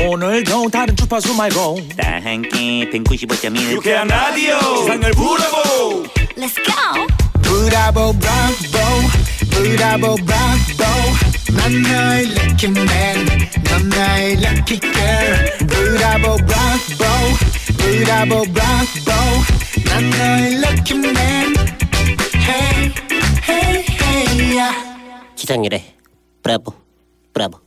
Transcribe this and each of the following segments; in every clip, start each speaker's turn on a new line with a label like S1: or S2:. S1: 오늘 겨우 다른 주파수 말고
S2: 다 함께 195.1
S3: 유쾌한 라디오 세상을 부르고
S4: Let's go.
S5: 브라보 브라보 브라보 브라보 난 나의 lucky man 넌 나의 lucky girl 브라보 브라보 브라보 브라보 난 나의 lucky man hey hey hey yeah.
S2: 기상일에 브라보 브라보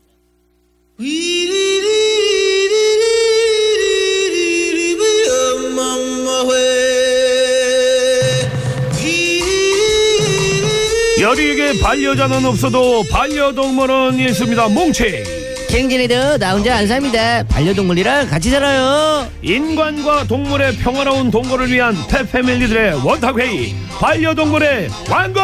S6: 여리에게 반려자는 없어도 반려동물은 있습니다. 뭉치.
S7: 캥진이도 나 혼자 안 삽니다. 반려동물이랑 같이 살아요.
S6: 인간과 동물의 평화로운 동거를 위한 펫패밀리들의 원탁회의 반려동물의 왕국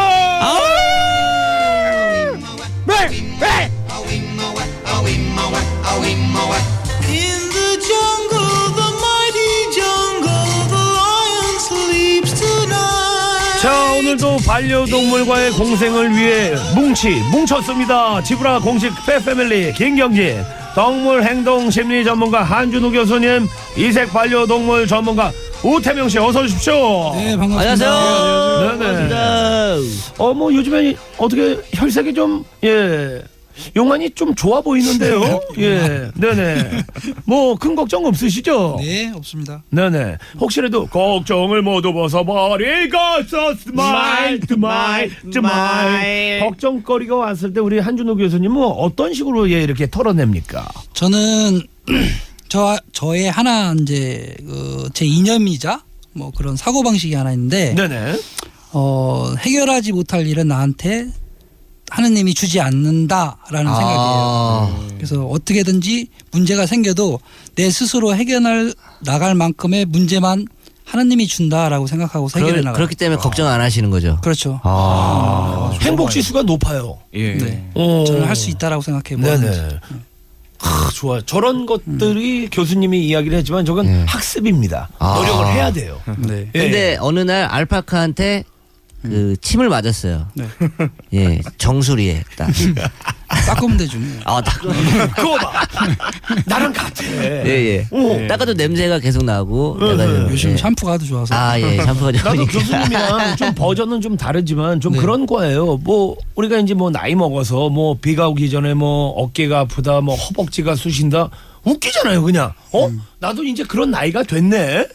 S6: 자 오늘도 반려동물과의 공생을 위해 뭉치 뭉쳤습니다 지브라 공식 펫패밀리 김경진 동물행동심리 전문가 한준우 교수님 이색 반려동물 전문가 우태명 씨 어서 오십시오
S8: 네, 반갑습니다.
S6: 네, 네. 어, 뭐 요즘에 어떻게 혈색이 좀 예. 용안이 좀 좋아 보이는데요. 예. 네네. 뭐 큰 걱정 없으시죠?
S8: 네, 없습니다.
S6: 네네. 혹시라도 걱정을 모두 벗어버리겠어. 스마일, 스마일, 스마일. 걱정거리가 왔을 때 우리 한준호 교수님은 뭐 어떤 식으로 예, 이렇게 털어냅니까?
S8: 저는 저 저의 하나 이제 그, 제 이념이자 뭐 그런 사고 방식이 하나 있는데
S6: 네네.
S7: 아,
S8: 어, 해결하지 못할 일은 나한테 하느님이 주지 않는다라는 생각이에요. 그래서 어떻게든지 문제가 생겨도 내 스스로 해결할 나갈 만큼의 문제만 하느님이 준다라고 생각하고 해결해
S7: 그러,
S8: 나가요.
S7: 그렇기 때문에 걱정 안 하시는 거죠.
S8: 그렇죠.
S6: 행복 지수가 높아요.
S3: 예.
S8: 네.
S6: 오.
S8: 저는 할 수 있다라고 생각해요. 뭐든지.
S6: 네네. 아, 좋아. 저런 것들이 교수님이 이야기를 했지만 저건 학습입니다.
S7: 네. 아.
S6: 노력을 해야 돼요.
S8: 네.
S6: 예.
S7: 근데 어느 날 알파카한테 그 침을 맞았어요.
S8: 네.
S7: 예, 정수리에 딱.
S8: 닦으면 되죠. 뭐.
S7: 아, 딱.
S6: 그거 봐. 나랑 같아.
S7: 예, 예. 닦아도 냄새가 계속
S6: 어,
S7: 나고.
S6: 네.
S7: 약간
S8: 요즘
S7: 예.
S8: 샴푸가 아주 좋아서.
S7: 아, 예, 샴푸가
S6: 나도
S7: 좋으니까.
S6: 교수님이랑 좀 버전은 좀 다르지만
S8: 네.
S6: 좀 그런 거예요. 뭐 우리가 이제 뭐 나이 먹어서 뭐 비가 오기 전에 뭐 어깨가 아프다, 뭐 허벅지가 쑤신다. 웃기잖아요, 그냥. 어?
S8: 음.
S6: 나도 이제 그런 나이가 됐네.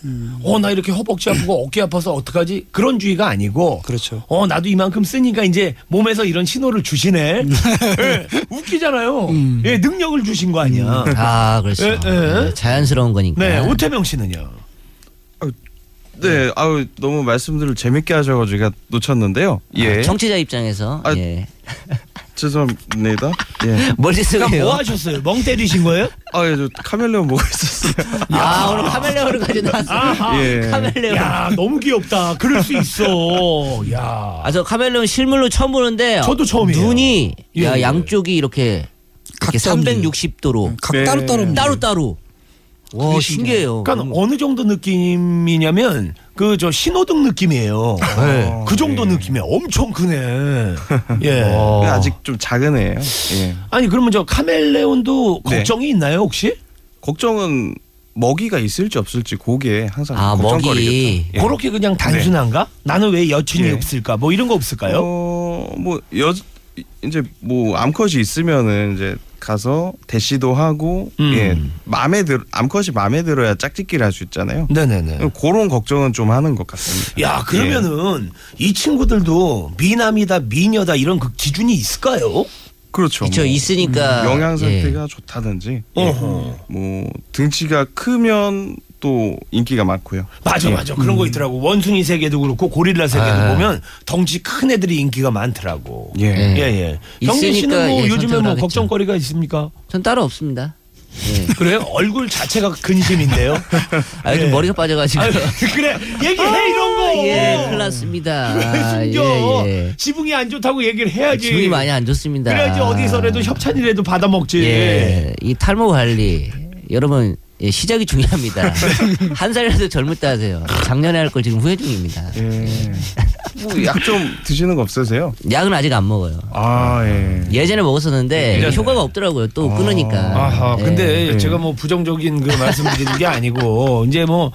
S6: 어, 나 이렇게 허벅지 아프고 어깨 아파서 어떡하지? 그런 주의가 아니고.
S8: 그렇죠.
S6: 어, 나도 이만큼 쓰니까 이제 몸에서 이런 신호를 주시네.
S8: 음.
S6: 예, 웃기잖아요. 예, 능력을 주신 거 아니야.
S8: 음.
S7: 아, 그렇죠.
S6: 예, 예.
S7: 예, 자연스러운 거니까.
S6: 네,
S8: 아.
S6: 오태명 씨는요.
S3: 네, 아유 너무 말씀들을 재밌게 하셔가지고 제가 놓쳤는데요. 예,
S7: 아, 청취자 입장에서
S3: 아,
S7: 예.
S3: 죄송합니다. 예,
S7: 머릿속에
S6: 그러니까 뭐 하셨어요? 멍 때리신 거예요?
S3: 아, 예, 저 카멜레온 보고 있었어요.
S7: 아 오늘 카멜레온까지 나왔어.
S6: 아하.
S3: 예.
S7: 카멜레온.
S6: 야, 너무 귀엽다. 그럴 수 있어. 야.
S7: 아 저 카멜레온 실물로 처음 보는데
S6: 저도 처음이에요.
S7: 눈이
S6: 예,
S7: 야
S6: 예.
S7: 양쪽이 이렇게, 이렇게
S8: 각자 움직여요.
S7: 360도로
S8: 각
S3: 네.
S8: 따로 따로
S7: 따로 따로. 와
S8: 그게
S7: 신기해요.
S3: 음.
S7: 음.
S6: 그러니까 어느 정도 느낌이냐면 그 저 신호등 느낌이에요.
S7: 네.
S6: 그 정도 느낌이 야 엄청 크네. 예.
S3: 예. 어.
S7: 어.
S3: 근데 네, 아직 좀 작은 애예요. 예,
S6: 아니 그러면 저 카멜레온도
S3: 네.
S6: 걱정이 있나요 혹시?
S3: 걱정은 먹이가 있을지 없을지 그게 항상
S7: 아,
S3: 걱정거리겠죠.
S7: 먹이.
S3: 예.
S6: 그렇게 그냥 단순한가? 나는 왜 여친이
S3: 예.
S6: 없을까? 뭐 이런 거 없을까요?
S3: 어, 뭐여 이제 뭐 암컷이 있으면은 이제 가서 대시도 하고
S6: 음.
S3: 예 마음에 들 암컷이 마음에 들어야 짝짓기를 할 수
S7: 음.
S3: 있잖아요.
S6: 네네네.
S3: 그런 걱정은 좀 하는 것 같습니다.
S6: 야 그러면은
S3: 예.
S6: 이 친구들도 미남이다 미녀다 이런 그 기준이 있을까요?
S3: 예. 그렇죠.
S7: 그쵸
S3: 뭐
S7: 있으니까
S3: 영양
S7: 예.
S3: 상태가 좋다든지, 예.
S6: 어허.
S3: 뭐 등치가 크면 또 인기가 많고요.
S6: 맞아 맞아 그런 거 있더라고 원숭이 세계도 그렇고 고릴라 세계도
S7: 예. 음. 아.
S6: 보면 덩치 큰 애들이 인기가 많더라고.
S3: 예.
S7: 예.
S6: 예예. 경진 씨는
S7: 있으니까,
S6: 뭐
S7: 예,
S6: 요즘에
S7: 선택을
S6: 뭐
S7: 하겠죠.
S6: 걱정거리가 있습니까?
S7: 전 따로 없습니다. 예.
S6: 그래요? 얼굴 자체가 근심인데요.
S7: 아 요즘
S6: 예.
S7: 머리가 빠져가지고.
S6: 아유, 그래 얘기해 이런 거.
S7: 아, 예, 큰일 났습니다.
S6: 왜 숨겨?
S7: 예, 예.
S6: 지붕이 안 좋다고 얘기를 해야지.
S7: 기분이 많이 안 좋습니다.
S6: 그래야지 어디서라도 협찬이라도 받아 먹지.
S7: 예, 이 탈모 관리 여러분 예, 시작이 중요합니다. 한 살이라도 젊을 때 하세요. 작년에 할 걸 지금 후회 중입니다.
S3: 예. 뭐약 좀 드시는 거 없으세요?
S7: 약은 아직 안 먹어요.
S3: 아 예.
S7: 예전에 먹었었는데
S6: 예전에.
S7: 효과가 없더라고요. 또
S3: 아.
S7: 끊으니까.
S6: 네. 아하,
S7: 예.
S6: 근데
S3: 예.
S6: 제가 뭐 부정적인 그 말씀드리는 게 아니고 이제 뭐.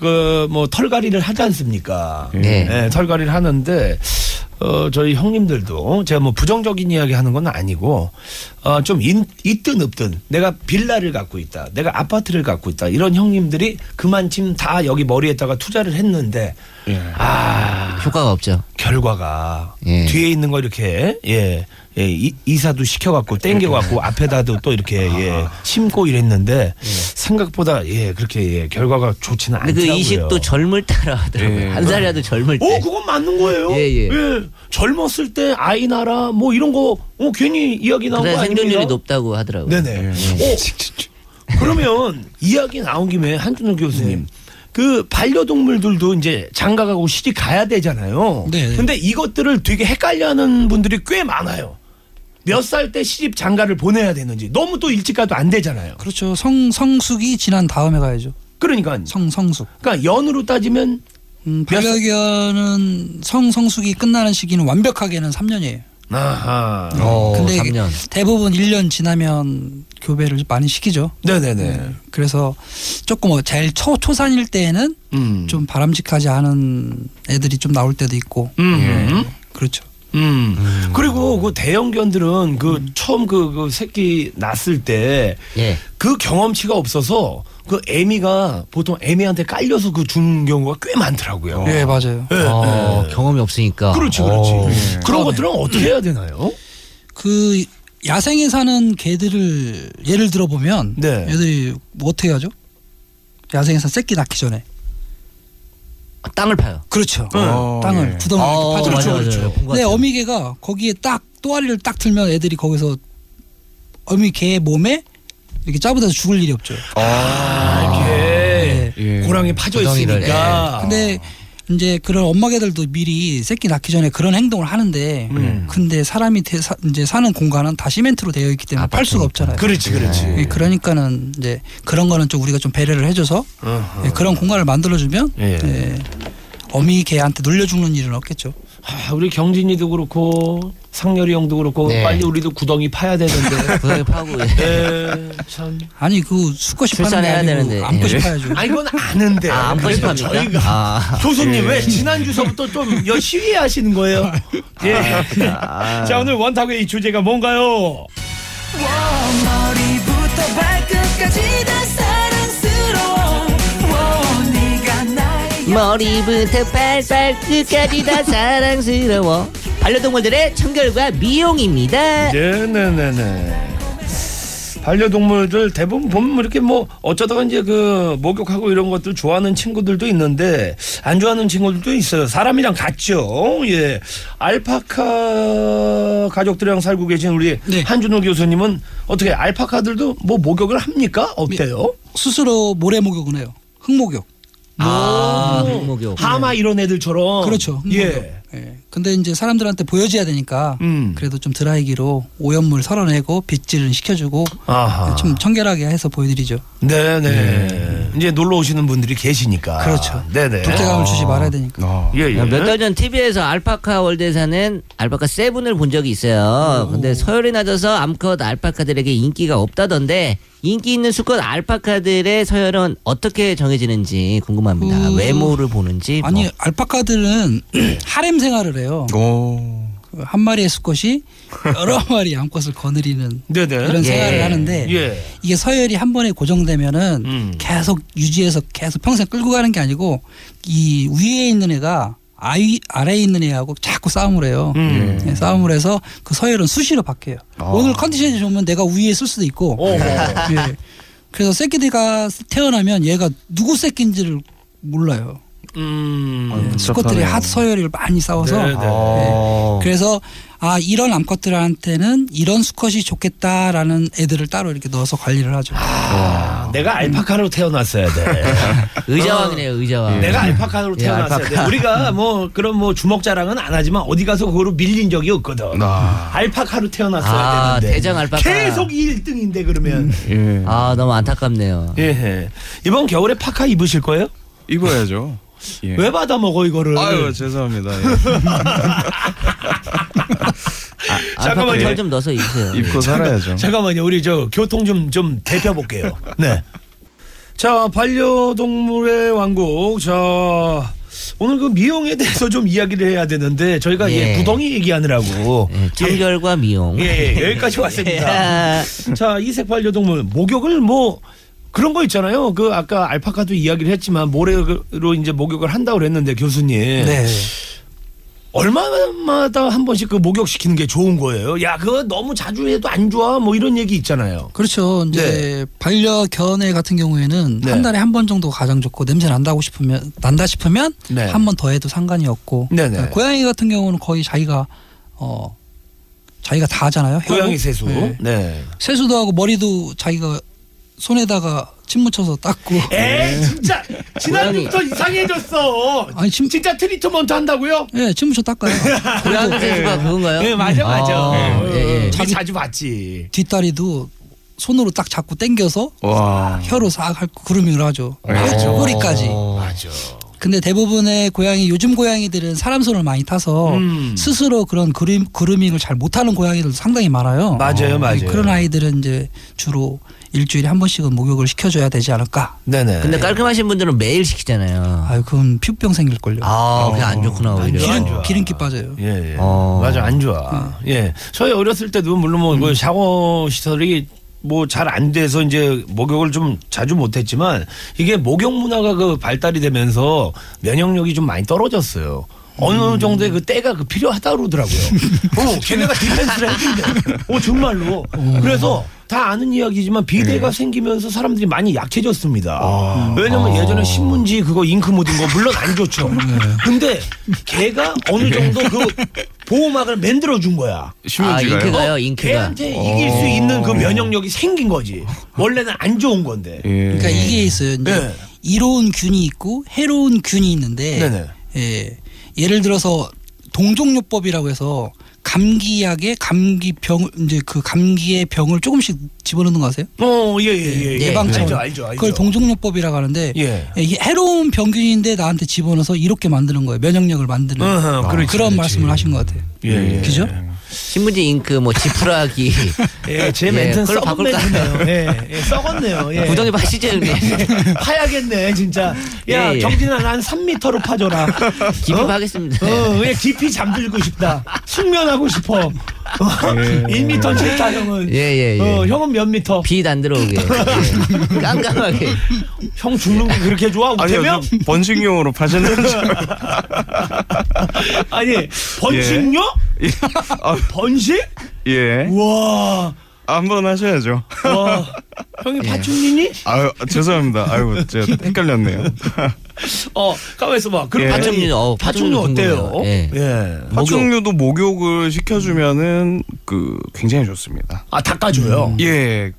S6: 그, 뭐, 털갈이를 하지 않습니까?
S7: 네.
S6: 예, 털갈이를 하는데, 어, 저희 형님들도 제가 뭐 부정적인 이야기 하는 건 아니고, 어, 좀 인, 있든 없든 내가 빌라를 갖고 있다. 내가 아파트를 갖고 있다. 이런 형님들이 그만침 다 여기 머리에다가 투자를 했는데, 아,
S7: 효과가 없죠.
S6: 결과가
S7: 예.
S6: 뒤에 있는 거 이렇게 예, 예 이, 이사도 시켜갖고 땡겨갖고 앞에다도 또 이렇게
S7: 아.
S6: 예, 심고 이랬는데 생각보다 예 그렇게 예, 결과가 좋지는
S7: 예. 근데 그
S6: 않더라고요.
S7: 이식도 젊을 때라 하더라고요. 한 살이라도 젊을 때.
S6: 오, 그건 맞는 거예요.
S7: 예, 예.
S6: 젊었을 때 아이 나라 뭐 이런 거 어, 괜히 이야기 나온
S7: 그래
S6: 거 아닙니까?
S7: 생존율이 높다고 하더라고요.
S6: 네네.
S7: 예.
S6: 오, 그러면 이야기 나온 김에 한준호
S7: 음.
S6: 교수님. 그 반려동물들도 이제 장가가고 시집 가야 되잖아요.
S8: 네.
S6: 근데 이것들을 되게 헷갈려하는 분들이 꽤 많아요. 몇 살 때 시집 장가를 보내야 되는지 너무 또 일찍 가도 안 되잖아요.
S8: 그렇죠. 성 성숙이 지난 다음에 가야죠.
S6: 그러니까
S8: 성 성숙.
S6: 그러니까 연으로 따지면
S8: 음,
S6: 몇 살-
S8: 반려견은 성 성숙이 끝나는 시기는 완벽하게는 3년이에요.
S6: 아하.
S7: 어,
S8: 근데 이게
S7: 3년.
S8: 대부분 1년 지나면 교배를 많이 시키죠.
S7: 음.
S6: 네네네.
S8: 그래서 조금 어, 제일 초 초산일 때에는
S6: 음.
S8: 좀 바람직하지 않은 애들이 좀 나올 때도 있고
S6: 음.
S8: 그렇죠.
S6: 음. 그리고 그 대형견들은 그 처음 그, 그 새끼 낳았을 때
S7: 예.
S6: 그 경험치가 없어서 그 애미가 보통 애미한테 깔려서 그 죽는 경우가 꽤 많더라고요.
S8: 예 맞아요.
S7: 어, 경험이 없으니까.
S6: 네. 그렇지, 그렇지. 예. 그런 것들은 어떻게 해야 되나요?
S8: 그 야생에 사는 개들을 예를 들어 보면
S6: 네.
S8: 얘들이 뭐 어떻게 하죠? 야생에서 새끼 낳기 전에
S7: 어, 땅을 파요.
S8: 그렇죠.
S3: 어,
S8: 땅을
S3: 예.
S8: 구덩이
S7: 어,
S8: 이렇게
S7: 맞아,
S8: 파죠.
S7: 맞아. 본것
S8: 네,
S7: 같아요.
S8: 어미개가 거기에 딱 또아리를 딱 들면 애들이 거기서 어미 개의 몸에 이렇게 짜부대서 죽을 일이 없죠.
S6: 아, 이게 예.
S3: 예.
S6: 고랑이 파져
S7: 구덩이를,
S6: 있으니까.
S8: 근데 이제 그런 엄마 개들도 미리 새끼 낳기 전에 그런 행동을 하는데
S6: 음.
S8: 근데 사람이 대, 사, 이제 사는 공간은 다 시멘트로 되어 있기 때문에 팔 수가 없잖아요.
S6: 그렇지, 그렇지.
S8: 예, 그러니까는 이제 그런 거는 좀 우리가 좀 배려를 해줘서 예, 그런 공간을 만들어주면
S6: 예.
S8: 예, 어미 개한테 눌려 죽는 일은 없겠죠.
S6: 아, 우리 경진이도 그렇고 상렬이 형도 그렇고
S7: 네.
S6: 빨리 우리도 구덩이 파야 되는데.
S7: 구덩이 파고. 예.
S6: 예, 참.
S8: 아니 그 수컷이 파는 게
S7: 출산해야
S8: 아니고
S7: 되는데.
S8: 암컷이
S7: 예.
S8: 파야죠.
S6: 아 이건 아는데. 예.
S7: 아, 안
S6: 그래도
S7: 파십합니까?
S6: 저희가
S7: 아.
S6: 조수님 왜 지난 주서부터 좀 열심히 하시는 거예요? 예. 자 오늘 원탁의 이 주제가 뭔가요?
S4: 머리부터 발끝까지 다 사랑스러워 워, 네가 나의
S7: 머리부터 발발 끝까지 다 사랑스러워. 반려동물들의 청결과 미용입니다.
S6: 예, 네네네네. 반려동물들 대부분 보면 이렇게 뭐 어쩌다가 이제 그 목욕하고 이런 것들 좋아하는 친구들도 있는데 안 좋아하는 친구들도 있어요. 사람이랑 같죠. 예. 알파카 가족들이랑 살고 계신 우리
S8: 네.
S6: 한준호 교수님은 어떻게 알파카들도 뭐 목욕을 합니까? 어때요?
S8: 스스로 모래 목욕은 해요. 흙목욕.
S7: 아, 흑목욕.
S6: 하마 이런 애들처럼.
S8: 네. 그렇죠. 흑목욕.
S6: 예.
S8: 예. 근데 이제 사람들한테 보여줘야 되니까
S6: 음.
S8: 그래도 좀 드라이기로 오염물 털어내고 빗질은 시켜주고 예,
S6: 아하.
S8: 좀 청결하게 해서 보여드리죠.
S6: 네네. 이제 놀러 오시는 분들이 계시니까.
S8: 그렇죠.
S6: 네네.
S8: 독재감을 주지 말아야 되니까.
S3: 아.
S6: 어. 예, 예.
S7: 몇 달 전 TV에서 알파카 월드에 사는 알파카 세븐을 본 적이 있어요. 근데 서열이 낮아서 암컷 알파카들에게 인기가 없다던데 인기 있는 수컷 알파카들의 서열은 어떻게 정해지는지 궁금합니다.
S8: 그-
S6: 음.
S7: 외모를 보는지 뭐.
S8: 아니 알파카들은 하렘 생활을 해요.
S3: 오.
S8: 그한 마리의 수컷이 여러 마리 암컷을 거느리는
S6: 네네.
S8: 이런
S7: 예.
S8: 생활을 하는데
S6: 예.
S8: 이게 서열이 한 번에 고정되면은
S6: 음.
S8: 계속 유지해서 계속 평생 끌고 가는 게 아니고 이 위에 있는 애가 아이 아래에 있는 애하고 자꾸 싸움을 해요.
S6: 음. 아.
S8: 네, 싸움을 해서 그 서열은 수시로 바뀌어요. 오늘 컨디션이 좋으면 내가 위에 있을 수도 있고. 예. 그래서 새끼들가 태어나면 얘가 누구 새끼인지를 몰라요. 어.
S6: 음.
S8: 수컷들이 핫 서열을 많이 싸워서 예.
S6: 네, 네.
S3: 아.
S8: 그래서 아 이런 암컷들한테는 이런 수컷이 좋겠다라는 애들을 따로 이렇게 넣어서 관리를 하죠.
S6: 아, 내가 알파카로 태어났어야 돼.
S7: 의자왕이네요, 의자왕.
S6: 아, 내가 알파카로
S7: 예,
S6: 태어났어야 돼.
S7: 알파카.
S6: 우리가 뭐 그런 뭐 주먹 자랑은 안 하지만 어디 가서 그거로 밀린 적이 없거든.
S3: 아.
S6: 알파카로 태어났어야
S7: 아,
S6: 되는데.
S7: 대장 알파카. 음.
S6: 계속 1등인데 그러면.
S3: 예.
S7: 아, 너무 안타깝네요.
S6: 예. 이번 겨울에 파카 입으실 거예요?
S3: 입어야죠. 예.
S6: 왜 받아 먹어 이거를?
S3: 아유 죄송합니다. 예.
S6: 잠깐만요. 예.
S7: 알파카 털좀 넣어서 입으세요.
S3: 입고 살아야죠.
S6: 잠깐만요. 우리 저 교통 좀 좀 대표 볼게요. 네. 자, 반려동물의 왕국. 자, 오늘 그 미용에 대해서 좀 이야기를 해야 되는데 저희가 예,
S7: 예.
S6: 부덩이 얘기하느라고
S7: 예, 참결과 미용.
S6: 예, 예, 여기까지 왔습니다.
S7: 야,
S6: 자, 이색 반려동물 목욕을 뭐 그런 거 있잖아요. 그 아까 알파카도 이야기를 했지만 모래로 이제 목욕을 한다고 그랬는데 교수님.
S8: 네.
S6: 얼마마다 한 번씩 그 목욕 시키는 게 좋은 거예요. 야, 그거 너무 자주 해도 안 좋아. 뭐 이런 얘기 있잖아요.
S8: 그렇죠. 이제 반려견의 같은 경우에는
S6: 네.
S8: 한 달에 한 번 정도 가장 좋고 냄새 난다고 싶으면 난다 싶으면
S6: 네.
S8: 한 번 더 해도 상관이 없고 그러니까
S6: 네네.
S8: 고양이 같은 경우는 거의 자기가 어 자기가 다 하잖아요. 헤어도.
S6: 고양이 세수.
S8: 네.
S6: 뭐, 네.
S8: 세수도 하고 머리도 자기가 손에다가 침 묻혀서 닦고.
S6: 에이 진짜 지난주부터 이상해졌어.
S8: 아니 침
S6: 진짜 트리트먼트 한다고요?
S8: 예, 침 묻혀 닦아요.
S7: 고양이 세수가 그건가요?
S6: 네 맞아 맞아.
S7: 아, 예, 예.
S6: 자기 자주 봤지.
S8: 뒷다리도 손으로 딱 잡고 당겨서
S6: 어.
S3: 와.
S8: 혀로 싹 할- 그루밍을 하죠.
S3: 맞죠.
S8: 꼬리까지.
S6: 맞아.
S8: 근데 대부분의 고양이 요즘 고양이들은 사람 손을 많이 타서
S6: 음.
S8: 스스로 그런 그루, 그루밍을 잘 못하는 고양이들도 상당히 많아요.
S6: 맞아요,
S8: 어,
S6: 맞아요.
S8: 그런 아이들은 이제 주로 일주일에 한 번씩은 목욕을 시켜줘야 되지 않을까.
S6: 네네.
S7: 근데 깔끔하신 분들은 매일 시키잖아요.
S8: 아유 그건 피부병 생길 걸요.
S7: 아, 그게 안 좋구나 오히려.
S6: 안
S8: 기름
S6: 좋아.
S8: 기름기 빠져요.
S6: 예, 예.
S7: 어.
S6: 맞아 안 좋아. 예. 저희 어렸을 때도 물론 뭐그 샤워 시설이 뭐 잘 안 돼서 이제 목욕을 좀 자주 못했지만 이게 목욕 문화가 그 발달이 되면서 면역력이 좀 많이 떨어졌어요. 어느 정도의 그 때가 그 필요하다 그러더라고요. 어, 걔네가 디펜스를 해준대. 어, 정말로. 그래서 다 아는 이야기지만 비대가 생기면서 사람들이 많이 약해졌습니다. 왜냐면 예전에 신문지 그거 잉크 묻은 거 물론 안 좋죠. 근데 걔가 어느 정도 그 보호막을 만들어 준 거야.
S7: 아,
S3: 신문지가요?
S7: 잉크가요,
S6: 어?
S7: 잉크가.
S6: 걔한테 이길 수 있는 그 면역력이 생긴 거지. 원래는 안 좋은 건데.
S3: 어. 예.
S8: 그러니까 이게 있어요. 이제
S6: 네.
S8: 이로운 균이 있고 해로운 균이 있는데
S6: 네네.
S8: 예, 예를 들어서 동종요법이라고 해서 감기약에 감기 병 이제 그 감기의 병을 조금씩 집어넣는 거 아세요?
S6: 어, 예, 예, 예. 예.
S8: 예방차
S6: 알죠, 알죠, 알죠.
S8: 그걸 동종요법이라고 하는데
S6: 예.
S8: 이게 해로운 병균인데 나한테 집어넣어서 이렇게 만드는 거예요. 면역력을 만드는
S6: 어허,
S8: 그런
S6: 그렇지, 그렇지.
S8: 말씀을 하신 것 같아요.
S6: 예, 예.
S8: 그죠?
S7: 신문지 잉크, 뭐 지푸라기,
S6: 예, 제
S7: 예,
S6: 멘트는
S7: 그걸로
S6: 썩은
S7: 바꿀까?
S6: 멘트네요. 예, 예, 썩었네요. 예.
S7: 구덩이 파시죠 형님.
S6: 어? 파야겠네, 진짜. 야,
S7: 예, 예.
S6: 경진아, 난 3미터로 파줘라.
S7: 기부
S6: 어?
S7: 하겠습니다.
S6: 어, 왜 깊이 잠들고 싶다. 숙면하고 싶어. 어,
S3: 예.
S6: 1미터 싫다, 형은.
S7: 예, 예, 예.
S6: 어, 형은 몇 미터?
S7: 빛 안 들어오게. 예. 깜깜하게.
S6: 형 죽는 거 그렇게 좋아?
S3: 아니요,
S6: 우태명?
S3: 저 번식용으로 파시는 줄 알고.
S6: 아니, 번식요?
S3: 예. 아,
S6: 번식?
S3: 예.
S6: 와,
S3: 한번 하셔야죠.
S6: 와. 예. 형이 파충류니?
S3: 아유 죄송합니다. 아유 제가 헷갈렸네요.
S6: 어, 가만 있어봐. 그럼
S3: 예.
S6: 파충류,
S7: 파충류, 어,
S6: 파충류
S7: 파충류
S6: 어때요?
S7: 궁금해요. 예.
S6: 예.
S3: 파충류도 목욕을 시켜주면은 그 굉장히 좋습니다.
S6: 아, 닦아줘요.
S7: 음.
S3: 예.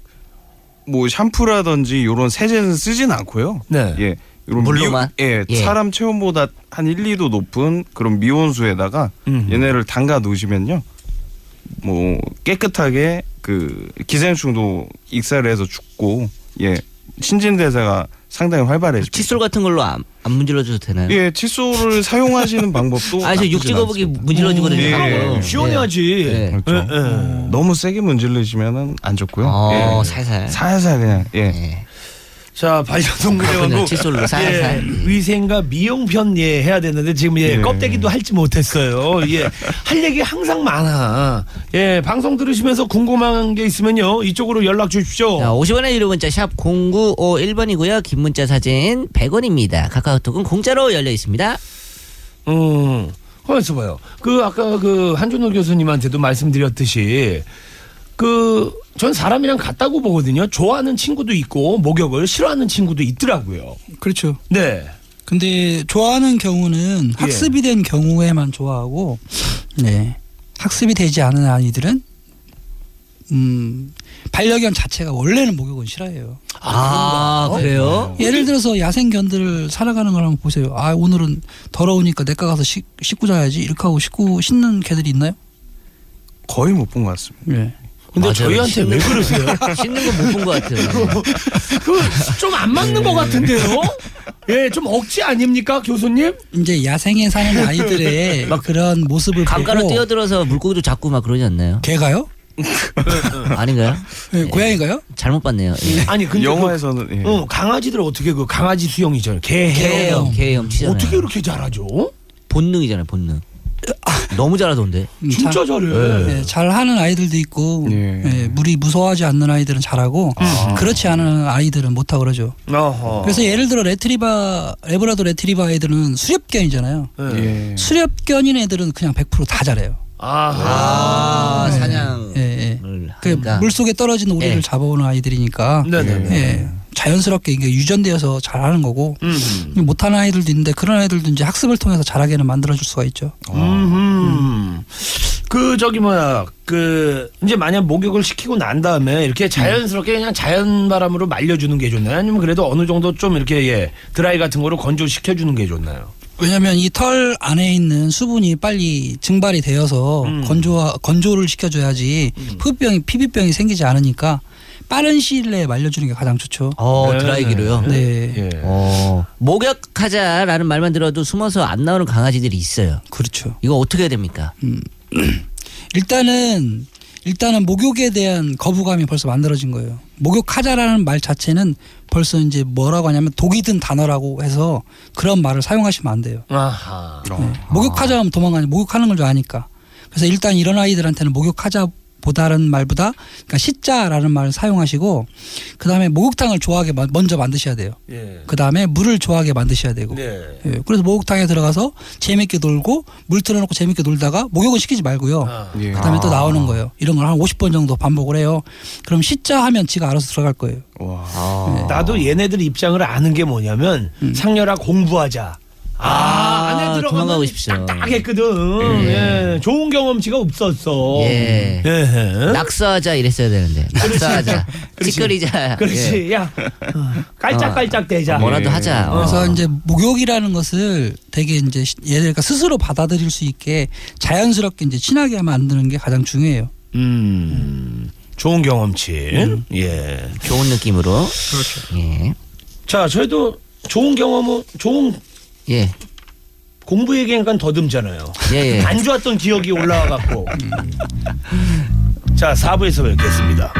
S3: 뭐 샴푸라든지 이런 세제는 쓰진 않고요.
S6: 네.
S3: 예. 이런
S7: 물로만?
S3: 미온- 예,
S7: 예.
S3: 사람 체온보다 한 1, 2도 높은 그런 미온수에다가
S6: 음.
S3: 얘네를 담가 놓으시면요. 뭐 깨끗하게 그 기생충도 익사를 해서 죽고 예. 신진대사가 상당히 활발해집니다.
S7: 아, 칫솔 같은 걸로 안, 안 문질러줘도 되나요?
S3: 예, 칫솔을 사용하시는 방법도
S7: 아, 저
S3: 나쁘진
S7: 육지거북이
S3: 않습니다.
S7: 문질러주거든요.
S3: 예.
S7: 예.
S6: 아, 시원해야지.
S7: 예.
S3: 그렇죠. 너무 세게 문질르시면은 안 좋고요.
S7: 어,
S3: 예.
S7: 살살.
S3: 살살 그냥 예.
S7: 예.
S6: 자,
S7: 아,
S6: 반려동물하고
S7: 그냥 칫솔로
S6: 예,
S7: 살살.
S6: 위생과 미용편 예 해야 되는데 지금 예,
S3: 예.
S6: 껍데기도 할지 못했어요. 예. 할 얘기 항상 많아. 예, 방송 들으시면서 궁금한 게 있으면요. 이쪽으로 연락 주십시오.
S7: 자, 50원의 유료 문자 샵 0951번이고요. 긴 문자 사진 100원입니다. 카카오톡은 공짜로 열려 있습니다.
S6: 음. 가만 있어봐요. 그 아까 그 한준호 교수님한테도 말씀드렸듯이 그 전 사람이랑 같다고 보거든요. 좋아하는 친구도 있고 목욕을 싫어하는 친구도 있더라고요.
S8: 그렇죠.
S6: 네.
S8: 근데 좋아하는
S7: 예.
S8: 경우는 학습이 된 경우에만 좋아하고 네. 학습이 되지 않은 아이들은 음, 반려견 자체가 원래는 목욕은 싫어해요.
S7: 아, 그래요?
S8: 예를 들어서 야생견들을 살아가는 걸 한번 보세요. 아 오늘은 더러우니까 내가 가서 씻, 씻고 자야지 이렇게 하고 씻고 씻는 개들이 있나요?
S3: 거의 못 본 것 같습니다.
S8: 예.
S1: 근데
S7: 맞아요.
S1: 저희한테 왜 그러세요?
S7: 씻는 건 못 본 것 같아요.
S1: 그 좀 안 맞는 것 같은데요? 예, 좀 억지 아닙니까, 교수님?
S8: 이제 야생에 사는 아이들의 그런 모습을
S7: 강가로
S8: 보고
S7: 뛰어들어서 물고기도 잡고 막 그러지 않나요?
S8: 개가요?
S1: 네.
S7: 아닌가요?
S8: 예,
S7: 네.
S8: 고양이가요?
S7: 잘못 봤네요. 예.
S1: 아니 근데
S3: 영화에서는 예.
S1: 그, 어, 강아지들 어떻게 그 강아지 수영이잖아요. 개
S7: 개염,
S1: 헤엄.
S8: 음,
S7: 개염 치잖아요.
S1: 어떻게 이렇게 잘하죠?
S7: 음, 본능이잖아요, 본능. 너무 잘하던데.
S8: 음, 자-
S1: 진짜
S7: 네.
S1: 잘해. 네.
S8: 예, 잘하는 아이들도 있고
S3: 예.
S8: 예, 물이 무서워하지 않는 아이들은 잘하고 그렇지 않은 아이들은 못하고 그러죠.
S1: 어허.
S8: 그래서 예를 들어 레트리바 에브라도 레트리바 아이들은 수렵견이잖아요.
S3: 예.
S8: 수렵견인 애들은 그냥 100%다 잘해요.
S1: 아하.
S7: 아, 사냥.
S8: 예, 예. 그
S7: 그러니까
S8: 물속에 떨어진 오리를
S7: 예.
S8: 잡아오는 아이들이니까
S1: 네네.
S8: 예, 자연스럽게 이게 유전되어서 잘하는 거고
S1: 음.
S8: 못하는 아이들도 있는데 그런 아이들도 이제 학습을 통해서 잘하게는 만들어줄 수가 있죠.
S1: 음. 그 저기 뭐야 그 이제 만약 목욕을 시키고 난 다음에 이렇게 자연스럽게 그냥 자연 바람으로 말려주는 게 좋나요? 아니면 그래도 어느 정도 좀 이렇게 예, 드라이 같은 거로 건조시켜 주는 게 좋나요?
S8: 왜냐하면 이 털 안에 있는 수분이 빨리 증발이 되어서 건조 건조를 시켜줘야지 흡병이 피부병이 생기지 않으니까 빠른 시일 내에 말려주는 게 가장 좋죠.
S7: 어,
S1: 네.
S7: 드라이기로요.
S8: 네,
S1: 예.
S7: 어, 목욕하자라는 말만 들어도 숨어서 안 나오는 강아지들이 있어요.
S8: 그렇죠.
S7: 이거 어떻게 해야 됩니까?
S8: 일단은 일단은 목욕에 대한 거부감이 벌써 만들어진 거예요. 목욕하자라는 말 자체는 벌써 이제 뭐라고 하냐면 독이 든 단어라고 해서 그런 말을 사용하시면 안 돼요.
S1: 아하.
S3: 어,
S8: 네. 목욕하자 하면 도망가니 목욕하는 걸 좋아하니까. 그래서 일단 이런 아이들한테는 목욕하자 보다는 말보다 그러니까 씻자라는 말을 사용하시고 그다음에 목욕탕을 좋아하게 마- 먼저 만드셔야 돼요.
S1: 예.
S8: 그다음에 물을 좋아하게 만드셔야 되고.
S1: 네.
S8: 예, 그래서 목욕탕에 들어가서 재밌게 놀고 물 틀어놓고 재밌게 놀다가 목욕은 시키지 말고요.
S1: 아.
S3: 예.
S8: 그다음에 또 나오는 거예요. 이런 걸 한 50번 정도 반복을 해요. 그럼 씻자 하면 지가 알아서 들어갈 거예요.
S3: 와.
S7: 아.
S1: 나도 얘네들 입장을 아는 게 뭐냐면 상렬아 공부하자. 아, 안에
S7: 음. 도망가고
S1: 들어가면
S7: 싶죠.
S1: 딱딱했거든. 예. 좋은 경험치가 없었어.
S7: 예.
S1: 예.
S7: 낙서하자 이랬어야 되는데. 낙서하자. 찌끄리자. 예. 아.
S1: 그렇지. 야. 어, 깔짝깔짝 대자. 예.
S7: 뭐라도 하자.
S1: 네.
S7: 어.
S1: 아.
S8: 그래서 이제 목욕이라는 것을 되게 이제 시- 얘네가 스스로 받아들일 수 있게 자연스럽게 이제 친하게 만드는 게 가장 중요해요.
S1: 음. 좋은 경험치.
S7: 음.
S1: 예.
S7: 좋은 느낌으로. 그렇죠. 예.
S1: 자, 저희도 좋은 경험은 좋은
S7: 예.
S1: 공부 얘기니까 더듬잖아요.
S7: 예, 예.
S1: 안 좋았던 기억이 올라와 갖고. 자, 4부에서 뵙겠습니다.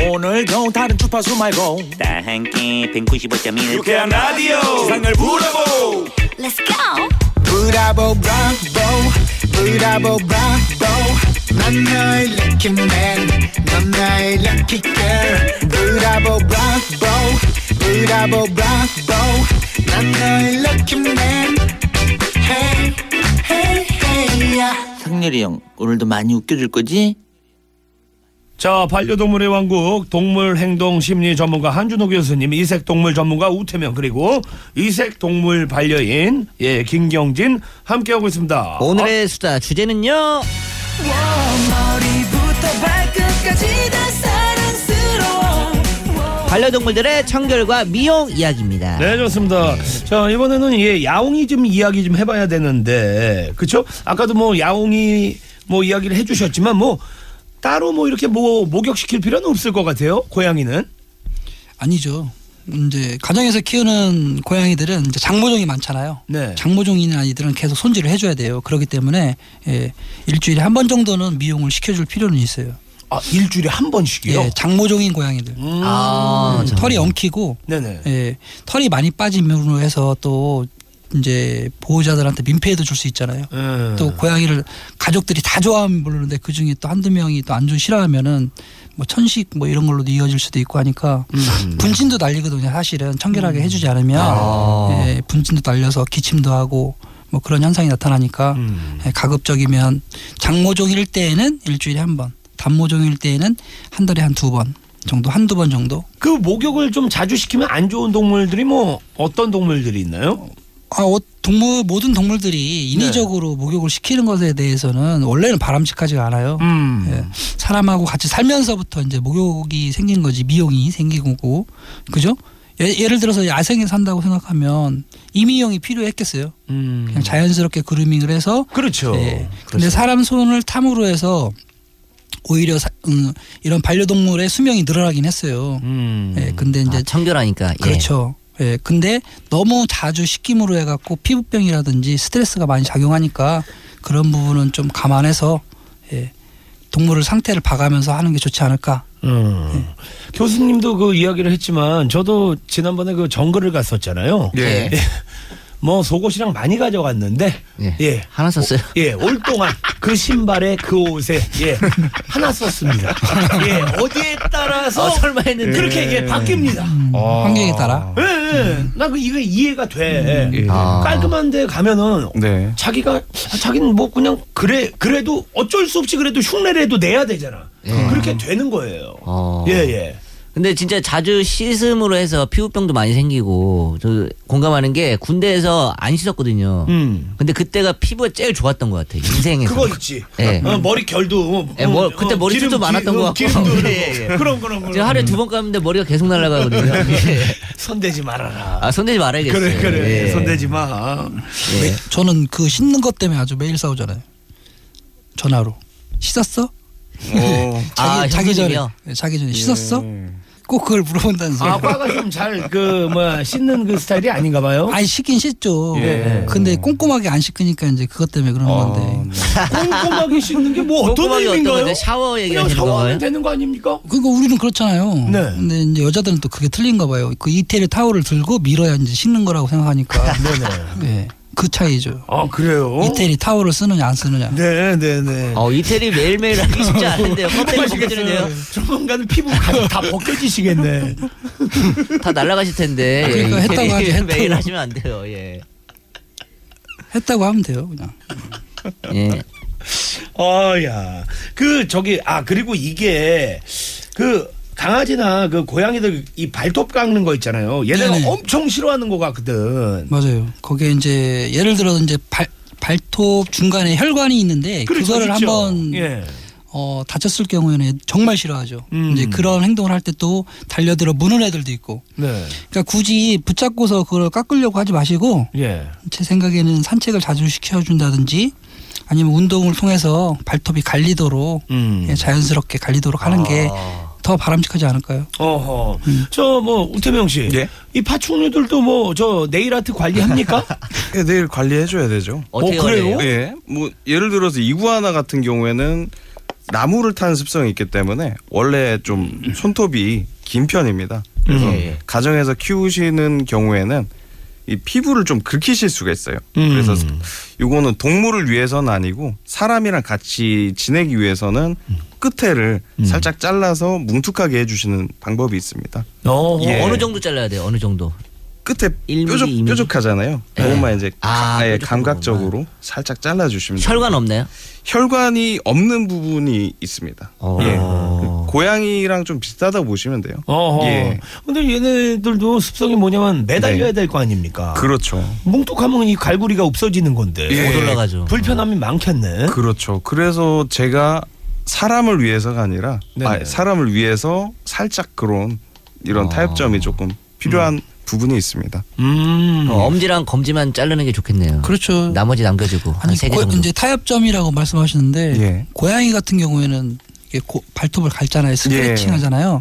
S9: 오늘도 다른 주파수 말고
S10: 다 함께 195.1
S11: 유쾌한 라디오 세상을 부러보
S12: Let's go!
S13: 브라보 브라보 브라보 브라보 난 너의 lucky man 넌 나의 lucky girl 브라보 브라보 브라보 브라보 난 너의 lucky man Hey hey hey yeah
S2: 상렬이 형 오늘도 많이 웃겨줄 거지?
S1: 자, 반려동물의 왕국 동물 행동 심리 전문가 한준호 교수님, 이색 동물 전문가 우태명 그리고 이색 동물 반려인 예 김경진 함께하고 있습니다.
S7: 오늘의 수다 주제는요.
S12: 머리부터 발끝까지 다 사랑스러워
S7: 반려동물들의 청결과 미용 이야기입니다.
S1: 네 좋습니다. 자 이번에는 예 야옹이 좀 이야기 좀 해봐야 되는데 그쵸? 아까도 뭐 야옹이 뭐 이야기를 해주셨지만 뭐 따로 뭐 이렇게 뭐 목욕시킬 필요는 없을 것 같아요. 고양이는
S8: 아니죠. 이제 가정에서 키우는 고양이들은 이제 장모종이 많잖아요.
S1: 네.
S8: 장모종인 아이들은 계속 손질을 해줘야 돼요. 그렇기 때문에 예, 일주일에 한 번 정도는 미용을 시켜줄 필요는 있어요.
S1: 아 일주일에 한 번씩이요. 음.
S8: 예, 장모종인 고양이들
S7: 아, 참.
S8: 털이 엉키고
S1: 네네.
S8: 예, 털이 많이 빠짐으로 해서 또 이제 보호자들한테 민폐도 줄 수 있잖아요.
S7: 예.
S1: 음.
S8: 또 고양이를 가족들이 다 좋아하면 모르는데 그 중에 또 한두 명이 또 안주 싫어하면은 뭐 천식 뭐 이런 걸로도 이어질 수도 있고 하니까 분진도 날리거든요 사실은 청결하게 해주지 않으면 예, 분진도 날려서 기침도 하고 뭐 그런 현상이 나타나니까 예, 가급적이면 장모종일 때에는 일주일에 한 번 단모종일 때에는 한 달에 한 두 번 정도 한두 번 정도
S1: 그 목욕을 좀 자주 시키면 안 좋은 동물들이 뭐 어떤 동물들이 있나요?
S8: 아, 어, 동물 모든 동물들이 인위적으로 목욕을 시키는 것에 대해서는 원래는 바람직하지가 않아요.
S1: 음.
S8: 예. 사람하고 같이 살면서부터 이제 목욕이 생긴 거지 미용이 생긴 거고 그죠? 예, 를 들어서 야생에 산다고 생각하면 이미용이 필요했겠어요.
S1: 음.
S8: 그냥 자연스럽게 그루밍을 해서
S1: 그렇죠.
S8: 예. 근데
S1: 그렇죠.
S8: 사람 손을 탐으로 해서 오히려 사- 음, 이런 반려동물의 수명이 늘어나긴 했어요.
S1: 음.
S8: 예, 근데 이제
S7: 아, 청결하니까. 예.
S8: 그렇죠. 예. 근데 너무 자주 식김으로 해갖고 피부병이라든지 스트레스가 많이 작용하니까 그런 부분은 좀 감안해서 예, 동물을 상태를 봐가면서 하는 게 좋지 않을까.
S7: 예.
S1: 음. 교수님도 그 이야기를 했지만 저도 지난번에 그 정글을 갔었잖아요.
S3: 예.
S1: 뭐 속옷이랑 많이 가져갔는데
S7: 예.
S1: 예.
S7: 하나 썼어요.
S1: 예, 올 동안 그 신발에 그 옷에 예 하나 썼습니다. 예, 어디에 따라서
S7: 어, 설마 했는데. 음.
S1: 그렇게 예 바뀝니다.
S3: 아.
S8: 환경에 따라.
S1: 예, 예. 나그 이거 이해가 돼.
S3: 예.
S7: 아.
S1: 깔끔한데 가면은
S3: 네.
S1: 자기가 자기는 뭐 그냥 그래 그래도 어쩔 수 없이 그래도 흉내라도 내야 되잖아.
S7: 예.
S1: 그렇게 되는 거예요.
S7: 어.
S1: 예, 예.
S7: 근데 진짜 자주 씻음으로 해서 피부병도 많이 생기고 저 공감하는 게 군대에서 안 씻었거든요.
S1: 음.
S7: 근데 그때가 피부가 제일 좋았던 것 같아 인생에서.
S1: 그거 있지.
S7: 예.
S1: 어, 머리 결도. 어,
S7: 예, 뭐, 그때 머리숱도 많았던 것 같고.
S1: 기름도.
S7: 예, 예.
S1: 그럼 그럼 그럼.
S7: 제가 하루에 두 번 감는데 머리가 계속 날아가거든요. 예.
S1: 손대지 말아라.
S7: 아 손대지 말아야겠어요.
S1: 그래 그래.
S7: 예.
S1: 손대지 마.
S7: 예.
S8: 저는 그 씻는 것 때문에 아주 매일 싸우잖아요. 전화로. 씻었어?
S3: 오.
S7: 아,
S8: 자기, 자기 전에.
S7: 형수님이요?
S8: 예, 자기 전에 씻었어? 꼭 그걸 물어본다는 소리.
S1: 아, 과가 좀 잘 그 뭐 씻는 그 스타일이 아닌가 봐요.
S8: 아니 씻긴 씻죠.
S3: 예.
S8: 근데 꼼꼼하게 안 씻으니까 이제 그것 때문에
S7: 아,
S8: 그러는 건데.
S1: 꼼꼼하게 씻는 게 뭐 어떤
S7: 꼼꼼하게 어떤
S1: 의미인가요?
S7: 건데? 샤워 얘기하는
S1: 그냥 샤워하면
S7: 건가요?
S1: 되는 거 아닙니까?
S8: 그러니까 우리는 그렇잖아요.
S1: 네.
S8: 근데 이제 여자들은 또 그게 틀린가 봐요. 그 이태리 타올을 들고 밀어야 이제 씻는 거라고 생각하니까. 네. 그 차이죠.
S1: 아 그래요?
S8: 이태리 타올을 쓰느냐 안 쓰느냐.
S1: 네. 네네네.
S7: 어 이태리 매일매일 하기 쉽지 않은데요.
S1: 그러니까
S7: 껍데기 벗겨지는데요.
S1: 조만간 피부 가죽 다 벗겨지시겠네.
S7: 다 날아가실 텐데. 예,
S8: 그러니까 했다고
S7: 이태리
S8: 하지, 했다고.
S7: 매일 하시면 안 돼요. 예.
S8: 했다고 하면 돼요. 그냥.
S7: 예.
S1: 아, 어야 그 저기 아 그리고 이게 그 강아지나 그 고양이들 이 발톱 깎는 거 있잖아요. 얘네가
S8: 네네.
S1: 엄청 싫어하는 거 같거든.
S8: 맞아요. 거기에 이제 예를 들어 이제 발 발톱 중간에 혈관이 있는데 그
S1: 그렇죠,
S8: 거를
S1: 있죠.
S8: 한번
S1: 예.
S8: 어, 다쳤을 경우에는 정말 싫어하죠.
S1: 음.
S8: 이제 그런 행동을 할 때 또 달려들어 무는 애들도 있고.
S1: 네.
S8: 그러니까 굳이 붙잡고서 그걸 깎으려고 하지 마시고
S1: 예.
S8: 제 생각에는 산책을 자주 시켜준다든지 아니면 운동을 통해서 발톱이 갈리도록
S1: 음.
S8: 예, 자연스럽게 갈리도록 하는 게 더 바람직하지 않을까요?
S1: 어허. 저 뭐 우태명 씨.
S3: 예?
S1: 이 파충류들도 뭐 저 네일 아트 관리합니까?
S3: 예, 내일 관리해 줘야 되죠.
S7: 어떻게
S1: 어, 그래요?
S7: 걸려요?
S3: 예. 뭐 예를 들어서 이구아나 같은 경우에는 나무를 타는 습성이 있기 때문에 원래 좀 손톱이 긴 편입니다. 그래서
S7: 예.
S3: 가정에서 키우시는 경우에는 이 피부를 좀 긁히실 수가 있어요. 그래서 이거는 동물을 위해서는 아니고 사람이랑 같이 지내기 위해서는 끝에를 살짝 잘라서 뭉툭하게 해주시는 방법이 있습니다.
S1: 어.
S3: 예.
S7: 어느 정도 잘라야 돼요? 어느 정도?
S3: 끝에
S7: 일 미리, 이
S3: 뾰족
S7: 미리?
S3: 뾰족하잖아요. 그것만 이제
S7: 아,
S3: 가- 예,
S7: 뾰족한
S3: 감각적으로 살짝 잘라주시면 돼요.
S7: 혈관 없나요?
S3: 혈관이 없는 부분이 있습니다.
S7: 어.
S3: 예. 그 고양이랑 좀 비슷하다 보시면 돼요.
S1: 어허.
S3: 예.
S1: 근데 얘네들도 습성이 뭐냐면 매달려야 될 거 아닙니까?
S3: 그렇죠.
S7: 네?
S1: 뭉툭하면 이 갈고리가 없어지는 건데.
S3: 예.
S7: 못 올라가죠. 어,
S1: 불편함이 많겠네.
S3: 그렇죠. 그래서 제가 사람을 위해서가 아니라
S1: 네.
S3: 아, 사람을 위해서 살짝 그런 이런
S7: 아.
S3: 타협점이 조금 필요한
S7: 음.
S3: 부분이 있습니다.
S1: 음.
S7: 어, 엄지랑 검지만 자르는 게 좋겠네요.
S8: 그렇죠.
S7: 나머지 남겨주고 한
S8: 아니
S7: 세 개
S8: 고-
S7: 정도.
S8: 이제 타협점이라고 말씀하시는데
S3: 예.
S8: 고양이 같은 경우에는 이게 고- 발톱을 갈잖아요. 스크래칭
S3: 예.
S8: 하잖아요.